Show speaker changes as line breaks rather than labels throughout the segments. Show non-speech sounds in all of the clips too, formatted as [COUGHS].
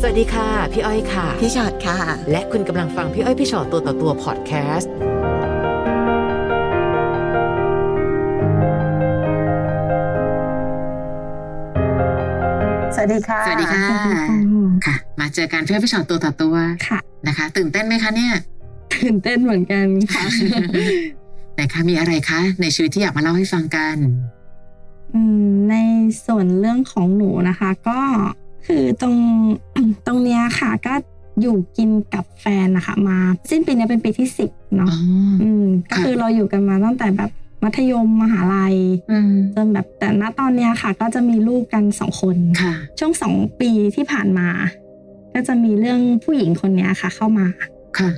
สวัสดีค่ะ พี่อ้อยค่ะ
พี่ชอดค่ะ
และคุณกำลังฟังพี่อ้อยพี่ชอตตัวต่อตัวพอดแคสต์
สวัสดีค่ะ
สวัสดีค่ะ ค่ะ มาเจอกันพี่อ้อยพี่ชอตตัวต่อตัว
ค่ะ
นะคะ ตื่นเต้นไหมคะเนี่ย
ตื่นเต้นเหมือนกันค่ะ
ไหนคะมีอะไรคะ ในชีวิตที่อยากมาเล่าให้ฟังกัน
อืมในส่วนเรื่องของหนูนะคะ ก็คือตรง [COUGHS] ตรงเนี้ยค่ะ ก็อยู่กินกับแฟนนะคะ มาสิ้นปีเนี้ยเป็นปีที่สิบ
อ๋
เนาะ
อ
อืมก็คือเราอยู่กันมาตั้งแต่แบบมัธยมมหาลัย
อืม
จนแบบแต่ณตอนเนี้ยค่ะ ก็จะมีลูกกันสองคน
ค่ะ
ช่วงสองปีที่ผ่านมา ก็จะมีเรื่องผู้หญิงคนเนี้ยค่ะ เข้ามา
ค่ะ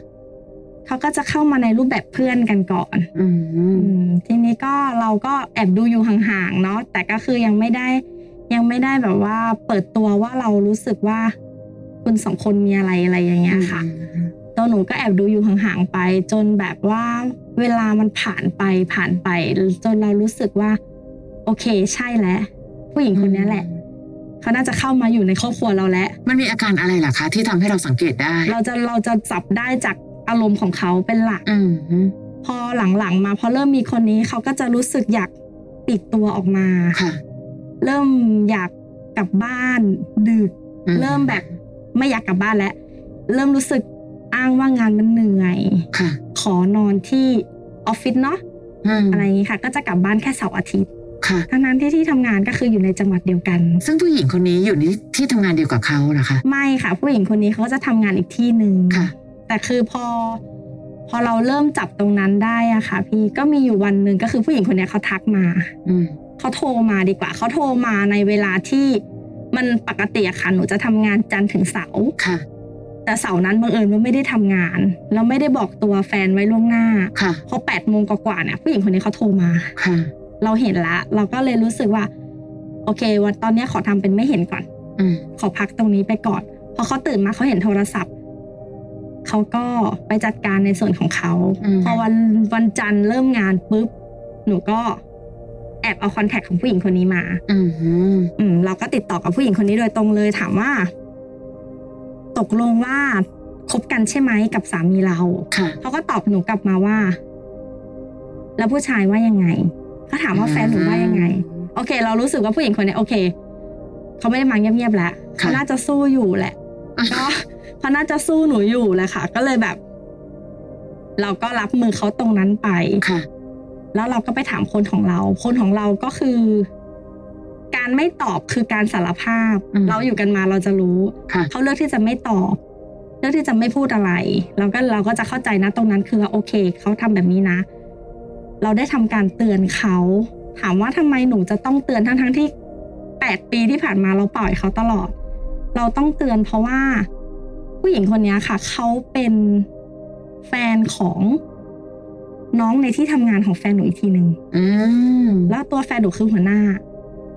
เขาก็จะเข้ามาในรูปแบบเพื่อนกันก่อน
อืม
อืมทีนี้ก็เราก็แอบดูอยู่ห่างๆเนาะแต่ก็คือยังไม่ได้ยังไม่ได้แบบว่าเปิดตัวว่าเรารู้สึกว่า คุณสองคนมีอะไรอะไรอย่างเงี้ยค่ะตัวหนูก็แอบดูอยู่ห่างๆไป จนแบบว่าเวลามันผ่านไปผ่านไป จนเรารู้สึกว่า โอเคใช่แล้ว ผู้หญิงคนเนี้ยแหละ
อืม
เขาน่าจะเข้ามาอยู่ในครอบครัวเราแล้ว
มันมีอาการอะไรล่ะคะ ที่ทำให้เราสังเกตได้
เราจะเราจะจับได้จากอารมณ์ของเขาเป็นหลัก
อืม
พอหลังๆ มาพอเริ่มมีคนนี้เขาก็จะรู้สึกอยากปิดตัวออกมา
ค่ะ
เริ่มอยากกลับบ้านดึก
อื
เริ่มแบบไม่อยากกลับบ้านแล้ว เริ่มรู้สึกอ้างว่างานมันเหนื่อย
ค่ะ
ขอนอนที่ออฟฟิศเนาะ
อืม
อะไรอย่างนี้ค่ะ ก็จะกลับบ้านแค่เสาร์อาทิตย์
ค่ะ
ทั้งนั้นที่ที่ทำงานก็คืออยู่ในจังหวัดเดียวกัน
ซึ่งผู้หญิงคนนี้อยู่ในที่ทำงานเดียวกับเขาเหรอคะ
ไม่ค่ะ ผู้หญิงคนนี้เขาก็จะทำงานอีกที่หนึ่ง
ค่ะ
แต่คือพอ พอเราเริ่มจับตรงนั้นได้อะค่ะ พี่ก็มีอยู่วันหนึ่งก็คือผู้หญิงคนเนี้ยเขาทักมา
อืม
เขาโทรมาดีกว่า เขาโทรมาในเวลาที่มันปกติอะค่ะ หนูจะทำงานจันทร์ถึงเสาร์
ค่ะ
แต่เสาร์นั้นบังเอิญว่าไม่ได้ทำงาน แล้วไม่ได้บอกตัวแฟนไว้ล่วงหน้า
ค่ะ
พอแปดโมงกว่าๆเนี่ยผู้หญิงคนนี้เขาโทรมา
ค่ะ
เราเห็นละ เราก็เลยรู้สึกว่า โอเค วันตอนเนี้ยขอทำเป็นไม่เห็นก่อน
อืม
ขอพักตรงนี้ไปก่อน พอเขาตื่นมาเขาเห็นโทรศัพท์ เขาก็ไปจัดการในส่วนของเขา
อืม
พอวันวันจันทร์เริ่มงานปุ๊บ หนูก็แอบเอาคอนแทคของผู้หญิงคนนี้มา
อืมอืม
อืมเราก็ติดต่อกับผู้หญิงคนนี้โดยตรงเลยถามว่า ตกลงว่าคบกันใช่ไหมกับสามีเรา
ค่ะ
เขาก็ตอบหนูกลับมาว่า แล้วผู้ชายว่ายังไงเขาถามว่าแฟนหนูว่ายังไง โอเค เรารู้สึกว่าผู้หญิงคนเนี้ยโอเคเขาไม่ได้มาเงียบๆแล้ว
ค่ะ
เขาน่าจะสู้อยู่แหละก็เขาน่าจะสู้หนูอยู่แหละค่ะ ก็เลยแบบ เราก็รับมือเขาตรงนั้นไป
ค่ะ
แล้วเราก็ไปถามคนของเรา คนของเราก็คือ การไม่ตอบคือการสารภาพ
อืม
เราอยู่กันมาเราจะรู้
ค่ะ
เขาเลือกที่จะไม่ตอบ เลือกที่จะไม่พูดอะไรเราก็เราก็จะเข้าใจนะตรงนั้นคือว่าโอเค เขาทำแบบนี้นะ เราได้ทำการเตือนเขา ถามว่าทำไมหนูจะต้องเตือนทั้งทั้งๆที่แปดปีที่ผ่านมาเราปล่อยเขาตลอด เราต้องเตือนเพราะว่า ผู้หญิงคนเนี้ยค่ะ เขาเป็นแฟนของน้องในที่ทำงานของแฟนหนูอีกทีหนึ่ง
อืม
แล้วตัวแฟนหนูคือหัวหน้า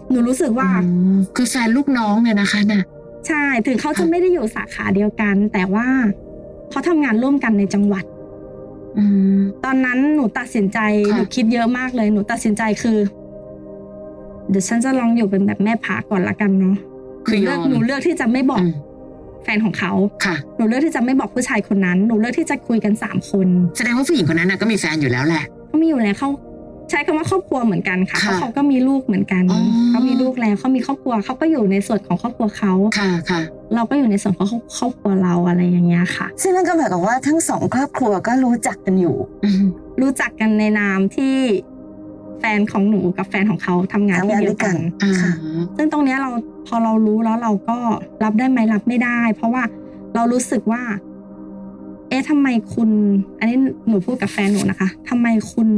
หนูรู้สึกว่า
อืมคือแฟนลูกน้องเนี่ยนะคะน่ะ
ใช่ ถึงเขาจะไม่ได้อยู่สาขาเดียวกัน แต่ว่าเขาทำงานร่วมกันในจังหวัด
อืม
ตอนนั้นหนูตัดสินใจ
ค่ะ
หนูคิดเยอะมากเลย หนูตัดสินใจคือ เดี๋ยวฉันจะลองอยู่เป็นแบบแม่พาก่อนละกันเนาะ
คือย
เลื
อก ม
หนูเลือกที่จะไม่บอก
อืม
แฟนของเขา
ค่ะ
หนูเลือกที่จะไม่บอกผู้ชายคนนั้น หนูเลือกที่จะคุยกันสามคน
แสดงว่าผู้หญิงคนนั้นน่ะก็มีแฟนอยู่แล้วแหละ
เขามีอยู่แล้วเขาใช้คำว่าครอบครัวเหมือนกันค่ะ
ค่ะ
เพราะเขาก็มีลูกเหมือนกัน
อ๋อ
เขามีลูกแล้วเขามีครอบครัวเขาก็อยู่ในส่วนของครอบครัวเขา
ค่ะ ค่ะ
เราก็อยู่ในส่วนของครอบครัวเราอะไรอย่างเงี้ยค่ะ
ซึ่งนั่นก็หมายความว่าทั้งสองครอบครัวก็รู้จักกันอยู่
อืม
รู้จักกันในนามที่แฟนของหนูกับแฟนของเขาทำงาน
ทำ
ที่
งาน
เดี
ด้
ยว
ยว
กั
กัน น
อ่า
ค่ะ
ซึ่งตรงเนี้ยเราพอเรารู้แล้วเราก็รับได้ไหมรับไม่ได้ เพราะว่าเรารู้สึกว่า เอ๊ะทำไมคุณ อันนี้หนูพูดกับแฟนหนูนะคะทำไมคุณ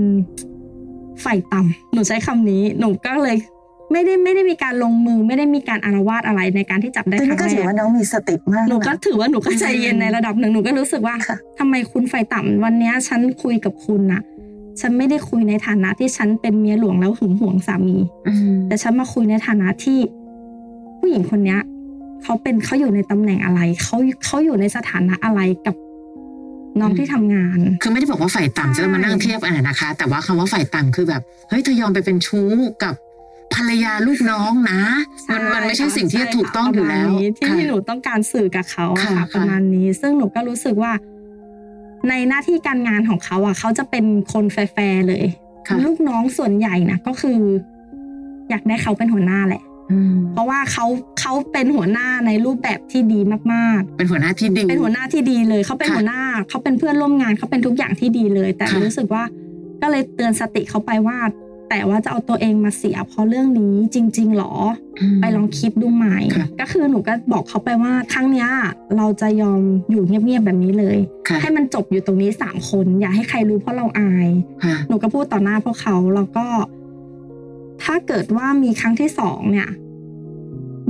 ใฝ่ต่ำหนูใช้คำนี้ หนูก็เลย ไม่ได้ไม่ได้มีการลงมือ ไม่ได้มีการอารวาสอะไรในการที่จับได้
ตอน
ค
นี้
รั้ง
ก็
แร
ถือว่าก น้องมีสติมาก
หนูก็
นะ
ถือว่าหนูก็ใจเย็นในระดับหนึ่งหนูก็รู้สึกว่า
ค่ะ
ทำไมคุณไฟต่ำวันเนี้ยฉันคุยกับคุณนะฉันไม่ได้คุยในฐานะที่ฉันเป็นเมียหลวงแล้วหึงหวงสามี
อืม
แต่ฉันมาคุยในฐานะที่ ผู้หญิงคนเนี้ยเขาเป็นเขาอยู่ในตำแหน่งอะไรเขาเขาอยู่ในสถานะอะไรกับน้องที่ทำงาน
คือไม่ได้บอกว่าฝ่าย
ใช่
ต่ำจะต้องมานั่งเทียบกันน่ะนะคะ แต่ว่าคำว่าฝ่ายต่ำคือแบบ เฮ้ยเธอยอมไปเป็นชู้กับ ภรรยาลูกน้องนะ มันมันไม่ใช่สิ่งที่
ค่ะ
ถูกต้องอยู่แล้ว
ประมาณนี้ที่
ค่ะ
ที่หนูต้องการสื่อกับเขาอะ
ค่ะค่ะ
ค่ะประมาณนี้ ซึ่งหนูก็รู้สึกว่า ในหน้าที่การงานของเขาอ่ะ เขาจะเป็นคนแฟร์ๆเลย
ค่ะ
ลูกน้องส่วนใหญ่นะก็คือ อยากได้เขาเป็นหัวหน้าแหละ
อืม
เพราะว่าเขาเขาเป็นหัวหน้าในรูปแบบที่ดีมาก
เป็นหัวหน้าที่ดี
ๆ เป็นหัวหน้าที่ดีเลย เขาเป็น
ค่ะ
หัวหน้า เขาเป็นเพื่อนร่วมงาน เขาเป็นทุกอย่างที่ดีเลย แต่
ค่ะ
รู้สึกว่าก็เลยเตือนสติเขาไปว่า แต่ว่าจะเอาตัวเองมาเสียเพราะเรื่องนี้จริง ๆหรอ
อืม
ไปลองคิดดูใหม่
ค่ะ
ก็คือหนูก็บอกเขาไปว่าครั้งเนี้ยเราจะยอมอยู่เงียบๆแบบนี้เลย
ค่ะ
ให้มันจบอยู่ตรงนี้สามคน อย่าให้ใครรู้เพราะเราอาย
ค่ะ
หนูก็พูดต่อหน้าพวกเขาแล้วก็ ถ้าเกิดว่ามีครั้งที่สองเนี่ย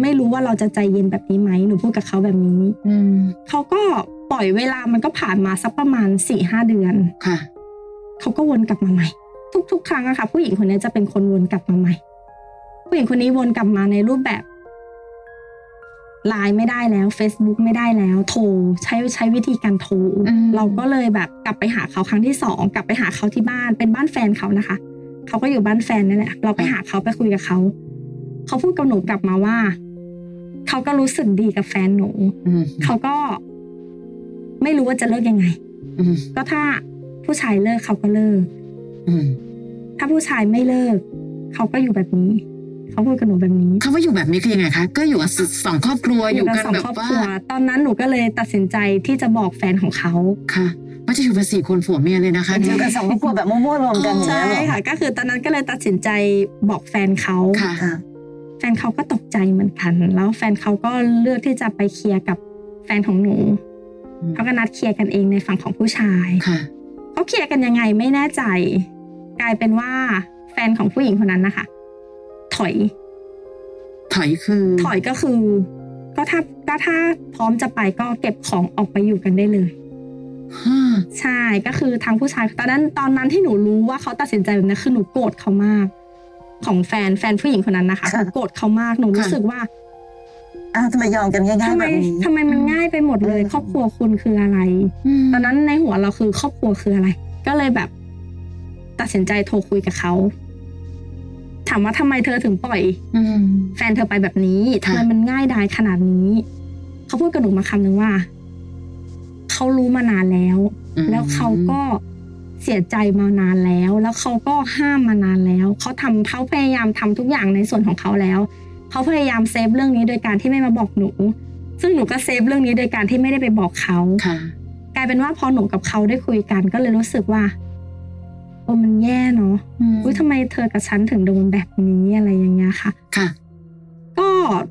ไม่รู้ว่าเราจะใจเย็นแบบนี้ไหมหนูพูดกับเขาแบบนี้
อืม
เขาก็ปล่อยเวลามันก็ผ่านมาสักประมาณสี่ห้าเดือน
ค่ะ
เขาก็วนกลับมาใหม่ ทุก ๆ ครั้งอะค่ะผู้หญิงคนนี้จะเป็นคนวนกลับมาใหม่ ผู้หญิงคนนี้วนกลับมาในรูปแบบไลน์ไม่ได้แล้ว Facebook ไม่ได้แล้ว โทรใช้ใช้วิธีการโทรเราก็เลยแบบกลับไปหาเขาครั้งที่สองกลับไปหาเขาที่บ้านเป็นบ้านแฟนเขานะคะเขาก็อยู่บ้านแฟนนั่นแหละเราไปหาเขาไปคุยกับเขาเขาพูดกับหนูกลับมาว่าเขาก็รู้สึกดีกับแฟนหนู
อืม
เขาก็ ไม่รู้ว่าจะเลิกยังไง
อืม
ก็ถ้าผู้ชายเลิกเขาก็เลิก
อืม
ถ้าผู้ชายไม่เลิก เขาก็อยู่แบบนี้ เขาพูดกับหนูแบบนี้
คำว่าอยู่แบบนี้คือยังไงคะก็อยู่กับสองครอบครัวอยู่กัน
สอง
แบบ
ครอบ
ว่า
ครัวตอนนั้นหนูก็เลยตัดสินใจที่จะบอกแฟนของเขา
ค่ะไม่จะอยู่เป็นสี่คนผัวเมียเลยนะคะ
อ
เนี่
ยู่
ย
กันสองครอบครัวแบบมั่วๆรวมกัน
อ๋อ
ใช่
ใช่
ไหม
ค่ะ ก็คือตอนนั้นก็เลยตัดสินใจบอกแฟนเขา
ค่ะ
ค่ะ
แฟนเขาก็ตกใจเหมือนกัน แล้วแฟนเขาก็เลือกที่จะไปเคลียร์กับแฟนของหนู
อืม
เขาก็นัดเคลียร์กันเองในฝั่งของผู้ชาย
ค่ะ
เขาเคลียร์กันยังไงไม่แน่ใจ กลายเป็นว่าแฟนของผู้หญิงคนนั้นนะคะ ถอย
ถอยคือ
ถอยก็คือ ก็ถ้าก็ถ้าพร้อมจะไปก็เก็บของออกไปอยู่กันได้เลย
ฮ่า
ใช่ก็คือทางผู้ชายตอนนั้นตอนนั้นที่หนูรู้ว่าเขาตัดสินใจแบบนั้นคือหนูโกรธเขามาก ของแฟนแฟนผู้หญิงคนนั้นนะคะ
ค่ะ
โกรธเขามากหนูรู้สึกว่า
อ้าวทำไมยอมกันง่าย
ทำ
ๆ
ไม
แบบนี้
ทำไมมันง่ายไปหมดเลย
อืม
ครอบครัวคุณคืออะไร
ม
ตอนนั้นในหัวเราคือครอบครัวคืออะไร ก็เลยแบบ ตัดสินใจโทรคุยกับเขาถามว่าทำไมเธอถึงปล่อย
อืม
แฟนเธอไปแบบนี้ทำ
ค่ะ
ไมมันง่ายดายขนาดนี้ เขาพูดกับหนูมาคำนึงว่า เขารู้มานานแล้ว
อืม
แล้วเขาก็เสียใจมานานแล้ว แล้วเขาก็ห้ามมานานแล้ว เขาทำเขาพยายามทำทุกอย่างในส่วนของเขาแล้ว เขาพยายามเซฟเรื่องนี้โดยการที่ไม่มาบอกหนู ซึ่งหนูก็เซฟเรื่องนี้โดยการที่ไม่ได้ไปบอกเขา
ค่ะ
กลายเป็นว่าพอหนูกับเขาได้คุยกัน ก็เลยรู้สึกว่าโอ้มันแย่เนาะอุ้ยทำไมเธอกับฉันถึงโดนแบบนี้อะไรอย่างเงี้ยค่ะ
ค่ะ
ก็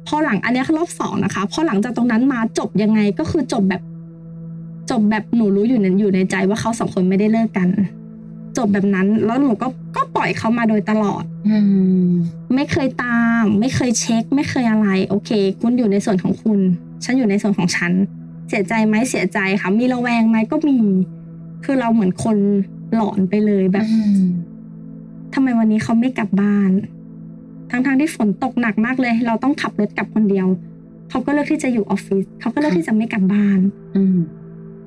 พอหลังอันเนี้ยคือรอบสองนะคะ พอหลังจากตรงนั้นมาจบยังไงก็คือจบแบบ จบแบบหนูรู้อยู่ในอยู่ในใจว่าเขาสองคนไม่ได้เลิกกัน จบแบบนั้นแล้วหนูก็ก็ปล่อยเขามาโดยตลอด
อืม
ไม่เคยตาม ไม่เคยเช็ค ไม่เคยอะไร โอเค คุณอยู่ในส่วนของคุณ ฉันอยู่ในส่วนของฉัน เสียใจไหมเสียใจค่ะ มีระแวงไหมก็มี คือเราเหมือนคนหลอนไปเลยแบบ
อืม
ทำไมวันนี้เขาไม่กลับบ้าน ทั้งๆที่ฝนตกหนักมากเลย เราต้องขับรถกลับคนเดียว เขาก็เลือกที่จะอยู่ออฟฟิศ เขาก็เลือกที่จะไม่กลับบ้าน
อืม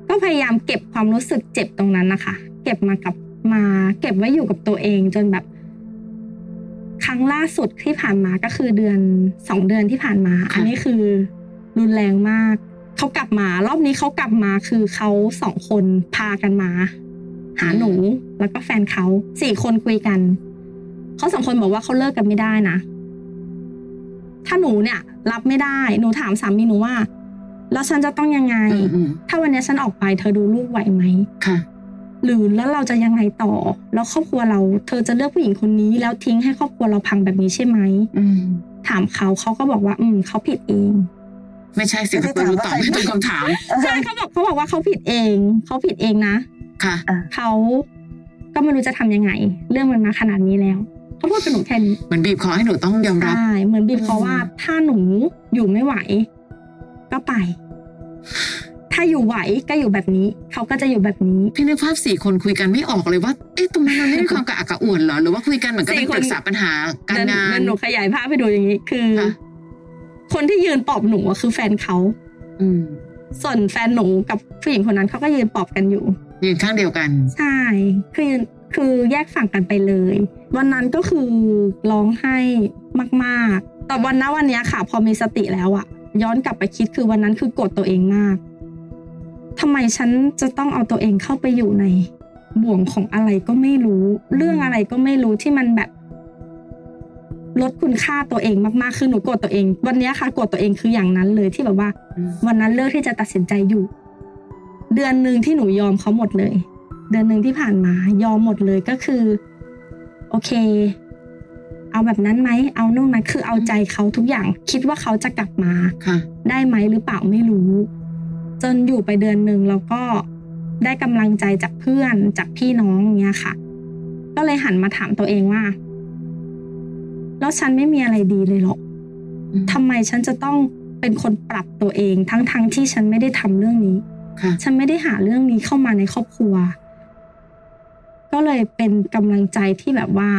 ก็พยายามเก็บความรู้สึกเจ็บตรงนั้นนะคะ เก็บมากับมา เก็บไว้อยู่กับตัวเองจนแบบ ครั้งล่าสุดที่ผ่านมาก็คือเดือนสองเดือนที่ผ่านมา อันนี้คือรุนแรงมาก เขากลับมา รอบนี้เขากลับมาคือเขาสองคนพากันมา หาหนูแล้วก็แฟนเขาสี่คนคุยกันเขาสองคนบอกว่าเขาเลิกกันไม่ได้นะ ถ้าหนูเนี่ย รับไม่ได้ หนูถามสามีหนูว่า แล้วฉันจะต้องยังไง
อืมอืม
ถ้าวันเนี้ยฉันออกไปเธอดูลูกไหวไหม
ค่ะ
หรือแล้วเราจะยังไงต่อ แล้วครอบครัวเรา เธอจะเลือกผู้หญิงคนนี้ แล้วทิ้งให้ครอบครัวเราพังแบบนี้ใช่ไหม
อืม
ถามเขาเขาก็บอกว่า อืมเขาผิดเอง
ไม่ใช่สิ
ไม่
คุณ
ได้
รู้ต
ถาม
อบไม่
ว่าใค
ต
ร
รงคำถาม
เออ
ใช่เขาบอกเขาบอกว่าเขาผิดเองเขาผิดเองนะ
ค่ะ
เขาก็ไม่รู้จะทำยังไง เรื่องมันมาขนาดนี้แล้วเขาพูดกับหนูแค่นี้
มันบีบคอให้หนูต้องยอมรับ
ใช่เหมือนบีบเขาว่าถ้าหนูอยู่ไม่ไหว ก็ไป ถ้าอยู่ไหวก็อยู่แบบนี้เขาก็จะอยู่แบบนี้
พี่นึกภาพสี่คนคุยกันไม่ออกเลยว่า เอ๊ะตรงนั้นมันไม่มีความกระอักกระอ่วนเหรอ หรือว่าคุยกันเหมือนกับ
สี่
เป็น
คน
ปรึกษาปัญหาการงาน
เดี๋ยวหนูขยายภาพไปดูอย่างนี้ คือ
ค่ะ
คนที่ยืนปอบหนูอะคือแฟนเขา
อืม
ส่วนแฟนหนูกับผู้หญิงคนนั้นเขาก็ยืนปอบกันอยู่
ยืนข้างเดียวกัน
ใช่ คือยืนคือแยกฝั่งกันไปเลย วันนั้นก็คือร้องไห้ มากๆ แต่วันนั้นวันเนี้ยค่ะ พอมีสติแล้วอะย้อนกลับไปคิดคือวันนั้นคือโกรธตัวเองมากทำไมฉันจะต้องเอาตัวเองเข้าไปอยู่ในบ่วงของอะไรก็ไม่รู้ เรื่องอะไรก็ไม่รู้ที่มันแบบ ลดคุณค่าตัวเองมากๆ คือหนูโกรธตัวเอง วันเนี้ยค่ะโกรธตัวเองคืออย่างนั้นเลยที่แบบว่า
อืม
วันนั้นเลือกที่จะตัดสินใจอยู่ เดือนหนึ่งที่หนูยอมเขาหมดเลย เดือนหนึ่งที่ผ่านมายอมหมดเลยก็คือ โอเค เอาแบบนั้นไหมเอานู่นไหมคือเอาใจเขาทุกอย่าง คิดว่าเขาจะกลับมา
ค่ะ
ได้ไหมหรือเปล่าไม่รู้ จนอยู่ไปเดือนหนึ่งแล้วก็ได้กำลังใจจากเพื่อนจากพี่น้องเนี้ยค่ะ ก็เลยหันมาถามตัวเองว่า แล้วฉันไม่มีอะไรดีเลยเหรอ
อืม
ทำไมฉันจะต้องเป็นคนปรับตัวเอง ทั้งๆทที่ฉันไม่ได้ทำเรื่องนี้
ค่ะ
ฉันไม่ได้หาเรื่องนี้เข้ามาในครอบครัว ก็เลยเป็นกำลังใจที่แบบว่า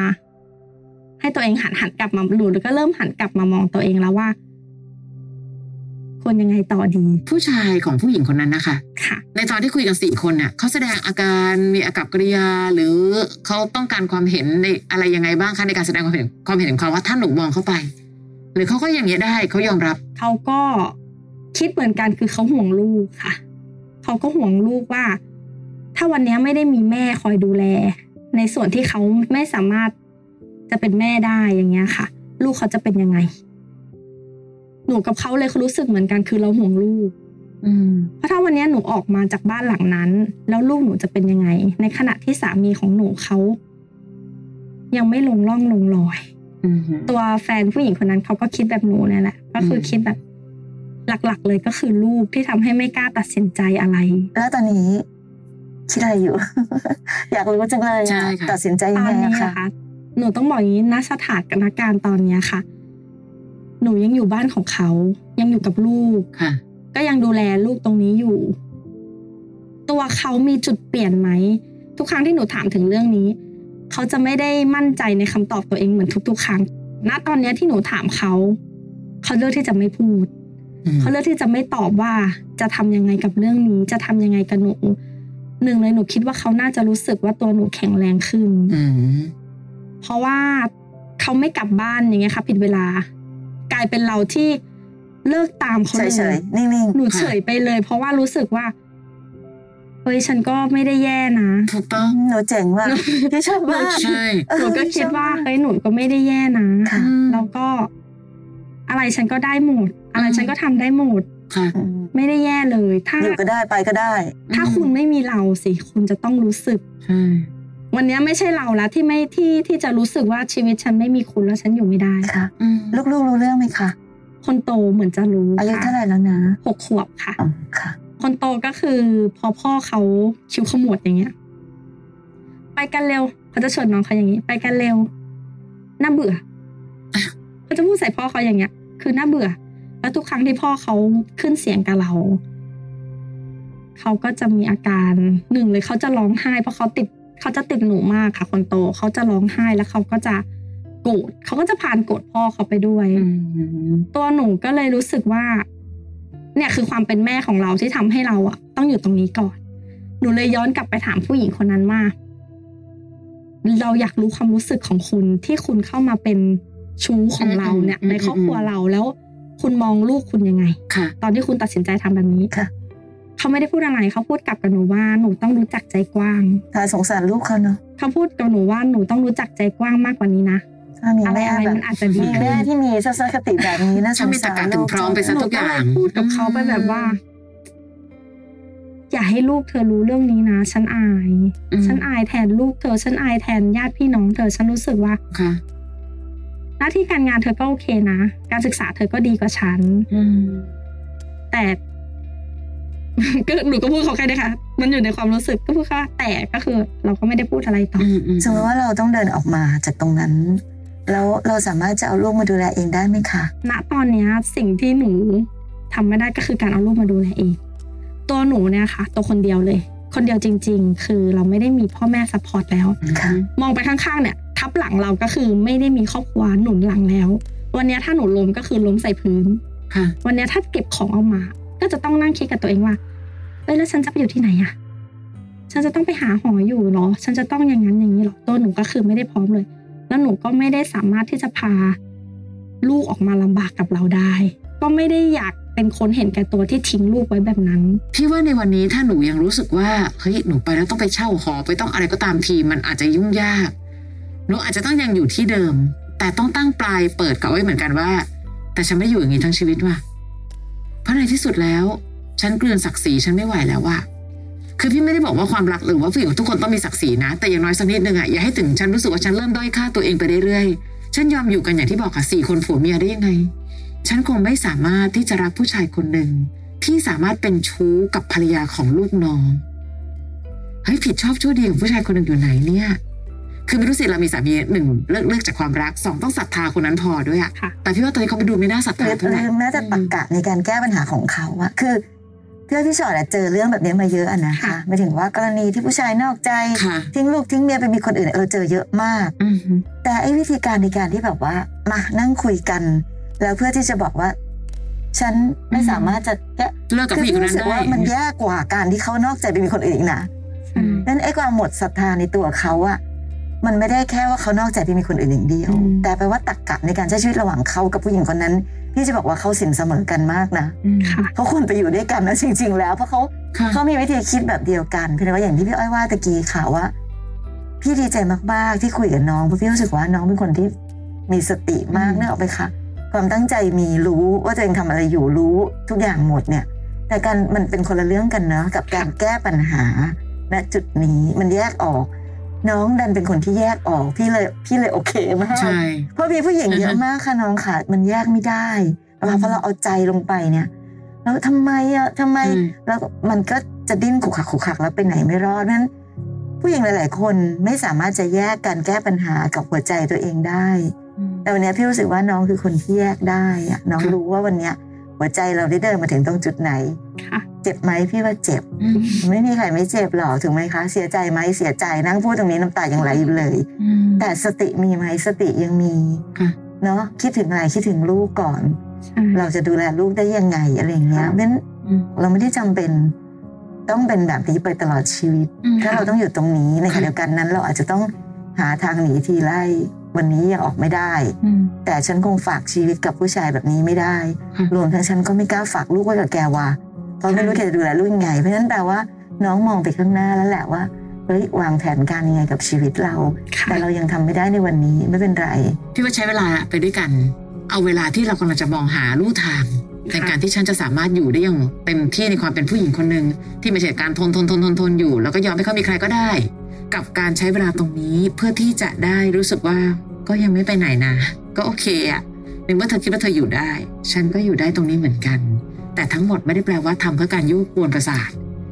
ให้ตัวเองหันหันกลับมาหรือก็เริ่มหันกลับมามองตัวเองแล้วว่าควรยังไงต่อดี
ผู้ชายของผู้หญิงคนนั้นนะคะ
ค่ะ
ในตอนที่คุยกันสี่คนเนี่ยเขาแสดงอาการมีอากับกิริยา หรือเขาต้องการความเห็นในอะไรยังไงบ้างคะในการแสดงความเห็นความเห็นของเขาว่าถ้าหนูมองเข้าไป หรือเขาก็อย่างเงี้ยได้เขายอมรับ
เขาก็คิดเหมือนกันคือเขาห่วงลูกค่ะ เขาก็ห่วงลูกว่า ถ้าวันเนี้ยไม่ได้มีแม่คอยดูแล ในส่วนที่เขาไม่สามารถจะเป็นแม่ได้อย่างเงี้ยค่ะ ลูกเขาจะเป็นยังไง หนูกับเขาเลยเขารู้สึกเหมือนกันคือเราห่วงลูก
อืม
เพราะถ้าวันเนี้ยหนูออกมาจากบ้านหลังนั้น แล้วลูกหนูจะเป็นยังไง ในขณะที่สามีของหนูเขายังไม่ลงร่องลงรอย
อืม
ตัวแฟนผู้หญิงคนนั้นเขาก็คิดแบบหนูเนี่ยแหละ ก็คืออ
ม
คิดแบบ หลักๆ เลยก็คือลูกที่ทำให้ไม่กล้าตัดสินใจอะไร
แล้วตอนนี้คิดอะไรอยู่ [LAUGHS] อยากรู้จังเลย
ใช่ค่ะ
ตัดสินใจ
ต
ยัง
อ
ไง
นนี้
อะ
นะคะ คะ หนูต้องบอกอย่างนี้ณสถานการณ์ตอนเนี้ยค่ะ หนูยังอยู่บ้านของเขา ยังอยู่กับลูก
ค่ะ
ก็ยังดูแลลูกตรงนี้อยู่ ตัวเขามีจุดเปลี่ยนไหม ทุกครั้งที่หนูถามถึงเรื่องนี้ เขาจะไม่ได้มั่นใจในคำตอบตัวเองเหมือนทุก ๆ ครั้ง ณ ตอนเนี้ยที่หนูถามเขา เขาเลือกที่จะไม่พูด
อืม
เขาเลือกที่จะไม่ตอบว่าจะทำยังไงกับเรื่องนี้ จะทำยังไงกับหนูหนึ่งเลยหนูคิดว่าเขาน่าจะรู้สึกว่าตัวหนูแข็งแรงขึ้น
อืม
เพราะว่าเขาไม่กลับบ้านอย่างเงี้ยค่ะผิดเวลา กลายเป็นเราที่เลิกตามเขา
เฉ
เลยย
ๆนิ่ง
หนูเฉยไปเลย เพราะว่ารู้สึกว่าเฮ้ยฉันก็ไม่ได้แย่นะ
ถูกต้อง
ๆ หนูเจ๋งว่ะพี่ชอบมาก
ใช่
เออ
หนูก็คิดว่าเฮ้ยหนูก็ไม่ได้แย่นะ
ค่ะ
แล้วก็ อะไรฉันก็ได้หมด อะไรฉันก็ทำได้หมด
ค่ะ
อืม
ไม่ได้แย่เลย ถ้า
อยู่ก็ได้ไปก็ได้
ถ้าคุณไม่มีเราสิคุณจะต้องรู้สึก
ใช่
วันเนี้ยไม่ใช่เราละที่ไม่ที่ที่จะรู้สึกว่าชีวิตฉันไม่มีคุณแล้วฉันอยู่ไม่ได้
ค่ะ
อืม
ลูกๆรู้เรื่องไหมคะ
คนโตเหมือนจะรู้
อายุ
ค่ะ
เท่าไหร่แล้วนะ
หกขวบค่ะ
อ๋อค่ะ
คนโตก็คือ พอพ่อเขาคิ้วขมวดอย่างเงี้ย ไปกันเร็วเขาจะชวนน้องเขาอย่างนี้ ไปกันเร็วน่าเบื่อเขาจะพูดใส่พ่อเขาอย่างเงี้ย คือน่าเบื่อ แล้วทุกครั้งที่พ่อเขาขึ้นเสียงกับเรา เขาก็จะมีอาการหนึ่งเลยเขาจะร้องไห้ เพราะเขาติดเขาจะติดหนูมากค่ะ คนโตเขาจะร้องไห้แล้วเขาก็จะโกรธเขาก็จะพานโกรธพ่อเขาไปด้วย
อืม
ตัวหนูก็เลยรู้สึกว่า เนี่ยคือความเป็นแม่ของเราที่ทำให้เราอะต้องอยู่ตรงนี้ก่อน หนูเลยย้อนกลับไปถามผู้หญิงคนนั้นว่าเราอยากรู้ความรู้สึกของคุณที่คุณเข้ามาเป็นชู้ของเราเนี่ย ในครอบครัวเราแล้ว คุณมองลูกคุณยังไง
ค่ะ
ตอนที่คุณตัดสินใจทำแบบนี้
ค่ะ
เขาไม่ได้พูดอะไรเขาพูดกลับกับหนูว่าหนูต้องรู้จักใจกว้าง
ถ้าสงสารลูกเขาเนาะ
เขาพูดกับหนูว่าหนูต้องรู้จักใจกว้างมากกว่านี้นะ
ถ้ามี
อะไร
แม่
อะไร
แบบ
มันอาจจะดี
มี
ขึ้น
แม่ที่มีทัศนคติแบบนี้น่าส
ฉัน
ง
มี
สา
ตะ
ร
การถึ
ลู
ง
ก
พร้อมไปซะ
จัง
ทุกอย่าง
หนูเลยพูดกับเขาไปแบบว่า อย่าให้ลูกเธอรู้เรื่องนี้นะ ฉันอาย
อืม
ฉันอายแทนลูกเธอ ฉันอายแทนญาติพี่น้องเธอ ฉันรู้สึกว่า
ค่ะ
หน้าที่การงานเธอก็โอเคนะ การศึกษาเธอก็ดีกว่าฉัน
อืม
แต่ [LAUGHS] ก็หนูก็พูดเขาแค่นี้ค่ะ มันอยู่ในความรู้สึกก็พูดแค่ว่าแต่ก็คือ เราก็ไม่ได้พูดอะไรต่อ
อืมอืม
สมมติว่าเราต้องเดินออกมาจากตรงนั้น แล้วเราสามารถจะเอาลูกมาดูแลเองได้ไหมคะ
ณตอนเนี้ยสิ่งที่หนูทำไม่ได้ก็คือการเอาลูกมาดูแลเอง ตัวหนูเนี่ยค่ะ ตัวคนเดียวเลย คนเดียวจริง ๆ คือเราไม่ได้มีพ่อแม่ซัพพอร์ตแล้ว
ค่ะ
มองไปข้างๆ เนี่ย ทับหลังเราก็คือไม่ได้มีครอบครัวหนุนหลังแล้ว วันเนี้ยถ้าหนูล้มก็คือล้มใส่พื้น
ค่ะ
วันเนี้ยถ้าเก็บของเอามา ก็จะต้องนั่งคิดกับตัวเองว่าเอ้ยแล้วฉันจะไปอยู่ที่ไหนอะฉันจะต้องไปหาหออยู่เหรอ ฉันจะต้องอย่างนั้นอย่างนี้เหรอตัวหนูก็คือไม่ได้พร้อมเลย แล้วหนูก็ไม่ได้สามารถที่จะพา ลูกออกมาลำบากกับเราได้ ก็ไม่ได้อยากเป็นคนเห็นแก่ตัวที่ทิ้งลูกไว้แบบนั้น
พี่ว่าในวันนี้ถ้าหนูยังรู้สึกว่าเฮ้ยหนูไปแล้วต้องไปเช่าหอไปต้องอะไรก็ตามทีมันอาจจะยุ่งยาก หนูอาจจะต้องยังอยู่ที่เดิม แต่ต้องตั้งปลายเปิดกับไว้เหมือนกันว่า แต่ฉันไม่อยู่อย่างนี้ทั้งชีวิตว่ะเพราะในที่สุดแล้ว ฉันกลืนศักดิ์ศรีฉันไม่ไหวแล้วว่ะคือพี่ไม่ได้บอกว่าความรักหรือว่าผู้หญิงทุกคนต้องมีศักดิ์ศรีนะ แต่อย่างน้อยสักนิดนึงอะอย่าให้ถึงฉันรู้สึกว่าฉันเริ่มด้อยค่าตัวเองไปเรื่อยๆฉันยอมอยู่กันอย่างที่บอกค่ะสี่คนผัวเมียได้ยังไง ฉันคงไม่สามารถที่จะรักผู้ชายคนหนึ่ง ที่สามารถเป็นชู้กับภรรยาของลูกน้อง เฮ้ยผิดชอบชั่วดีของผู้ชายคนหนึ่งอยู่ไหนเนี่ย คือไม่รู้สิเรามีสามีหนึ่งเลิกเลิกจากความรักสองต้องศรัทธาคนนั้นพอด้วยอะ
ค่ะ
แต่พี่ว่าตอนนี้เขาไปดูไม่น่าศรัทธา
คือ
เท่าไหร่
น่าจะตักกะในการแก้ปัญหาของเขาอะคือพี่อ้อยพี่ชอตอะเจอเรื่องแบบนี้มาเยอะอะนะคะ
ค่ะ
หมายถึงว่ากรณีที่ผู้ชายนอกใจ
ค่ะ
ทิ้งลูกทิ้งเมียไปมีคนอื่นเออเจอเยอะมาก
อืม
แต่ไอ้วิธีการในการที่แบบว่ามานั่งคุยกัน แล้วเพื่อที่จะบอกว่า ฉันไม่สามารถจะแก้
เลิกกับผู้หญิงคน
รู้
นั้น
สึก
ได้
ว่ามันแย่กว่าการที่เขานอกใจไปมีคนอื่นอีกนะ
อืม
นั่นไอ้ความหมดศรัทธาในตัวเขาอะมันไม่ได้แค่ว่าเขานอกใจไปมีคนอื่นอย่างเดียว
อืม
แต่แปลว่าตรกกะในการใช้ชีวิตระหว่างเขากับผู้หญิงคนนั้นพี่จะบอกว่าเขาสินเสมอกันมากนะ
อืม
ค่ะ
เขาควรไปอยู่ด้วยกันนะจริง ๆ แล้วเพราะเขา
ค่ะ
เขามีวิธีคิดแบบเดียวกันเพียงแต่ว่าอย่างที่พี่อ้อยว่าตะกี้ค่ะว่า พี่ดีใจมากๆที่คุยกับน้องเพราะพี่รู้สึกว่าน้องเป็นคนที่มีสติมาก
อืม
เนื่องออกไปค่ะ ความตั้งใจมีรู้ว่าตัวเองทำอะไรอยู่รู้ทุกอย่างหมดเนี่ย แต่การมันเป็นคนละเรื่องกันเนาะกับการแก้ปัญหาณจุดนี้มันแยกออก น้องดันเป็นคนที่แยกออกพี่เลยพี่เลยโอเคมาก
ใช่
เพราะมีผู้หญิงเยอะมากค่ะน้องค่ะมันแยกไม่ได้เวลาพอเราเอาใจลงไปเนี่ยแล้วทำไมอ่ะทำไม
อืม
แล้วมันก็จะดิ้นขุกขักขุกขักแล้วไปไหนไม่รอดเพราะฉะนั้น ผู้หญิงหลาย ๆ คนไม่สามารถจะแยกการแก้ปัญหากับหัวใจตัวเองได้ แต่วันเนี้ยพี่รู้สึกว่าน้องคือคนที่แยกได้อะน้อง
ครับ
รู้ว่าวันเนี้ยหัวใจเราได้เดินมาถึงตรงจุดไหน
ค่ะ
เจ็บไหมพี่ว่าเจ็บ
อืม
ไม่มีใครไม่เจ็บหรอกถูกไหมคะ เสียใจไหมเสียใจนั่งพูดตรงนี้น้ำตายังไหลอยู่เลย
อืม
แต่สติมีไหมสติยังมี
ค่ะ
เนาะคิดถึงอะไรคิดถึงลูกก่อน
ใช่
เราจะดูแลลูกได้ยังไงอะไรอย่างเงี้ยเพราะฉะนั้น
อืม
เราไม่ได้จำเป็นต้องเป็นแบบนี้ไปตลอดชีวิต
อืม
ถ้าเราต้องอยู่ตรงนี้ในข
ค่ะ
ณะเดียวกันนั้น เราอาจจะต้องหาทางหนีทีไล่วันนี้ยังออกไม่ได้
อืม
แต่ฉันคงฝากชีวิตกับผู้ชายแบบนี้ไม่ได้
ค่ะ
รวมทั้งฉันก็ไม่กล้าฝากลูกไว้กับแกว่ะเพราะไม่รู้
ใช่
แกจะดูแลลูกยังไง เพราะฉะนั้นแปลว่าน้องมองไปข้างหน้าแล้วแหละว่าเฮ้ยวางแผนการยังไงกับชีวิตเรา
ค่ะ
แต่เรายังทำไม่ได้ในวันนี้ไม่เป็นไร
พี่ว่าใช้เวลาไปด้วยกัน เอาเวลาที่เรากำลังจะมองหาลู่ทางในการที่ฉันจะสามารถอยู่ได้อย่างเต็มที่ในความเป็นผู้หญิงคนหนึ่งที่ไม่ใช่การทนทนทนทนทนอยู่ แล้วก็ยอมให้เขามีใครก็ได้ กับการใช้เวลาตรงนี้เพื่อที่จะได้รู้สึกว่าก็ยังไม่ไปไหนนะ ก็โอเคอะในเมื่อเธอคิดว่าเธออยู่ได้ ฉันก็อยู่ได้ตรงนี้เหมือนกัน แต่ทั้งหมดไม่ได้แปลว่าทำเพื่อการยุกวนประสาท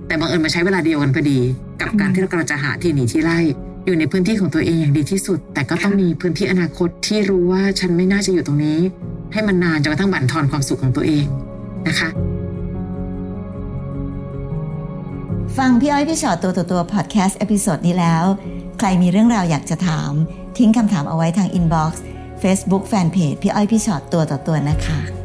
แต่บังเอิญมาใช้เวลาเดียวกันพอดี กับการที่เรากำลังจะหาที่หนีที่ไล่ อยู่ในพื้นที่ของตัวเองอย่างดีที่สุด แต่ก็ต้องมีพื้นที่อนาคตที่รู้ว่าฉันไม่น่าจะอยู่ตรงนี้ ให้มันนานจนกระทั่งบั่นทอนความสุขของตัวเองนะคะ
ฟังพี่อ้อยพี่ชอตตัวต่อตัวพอดแคสต์เอพิโซดนี้แล้ว ใครมีเรื่องราวอยากจะถาม ทิ้งคำถามเอาไว้ทางอินบ็อกซ์เฟซบุ๊กแฟนเพจพี่อ้อยพี่ชอตตัวต่อตัวนะคะ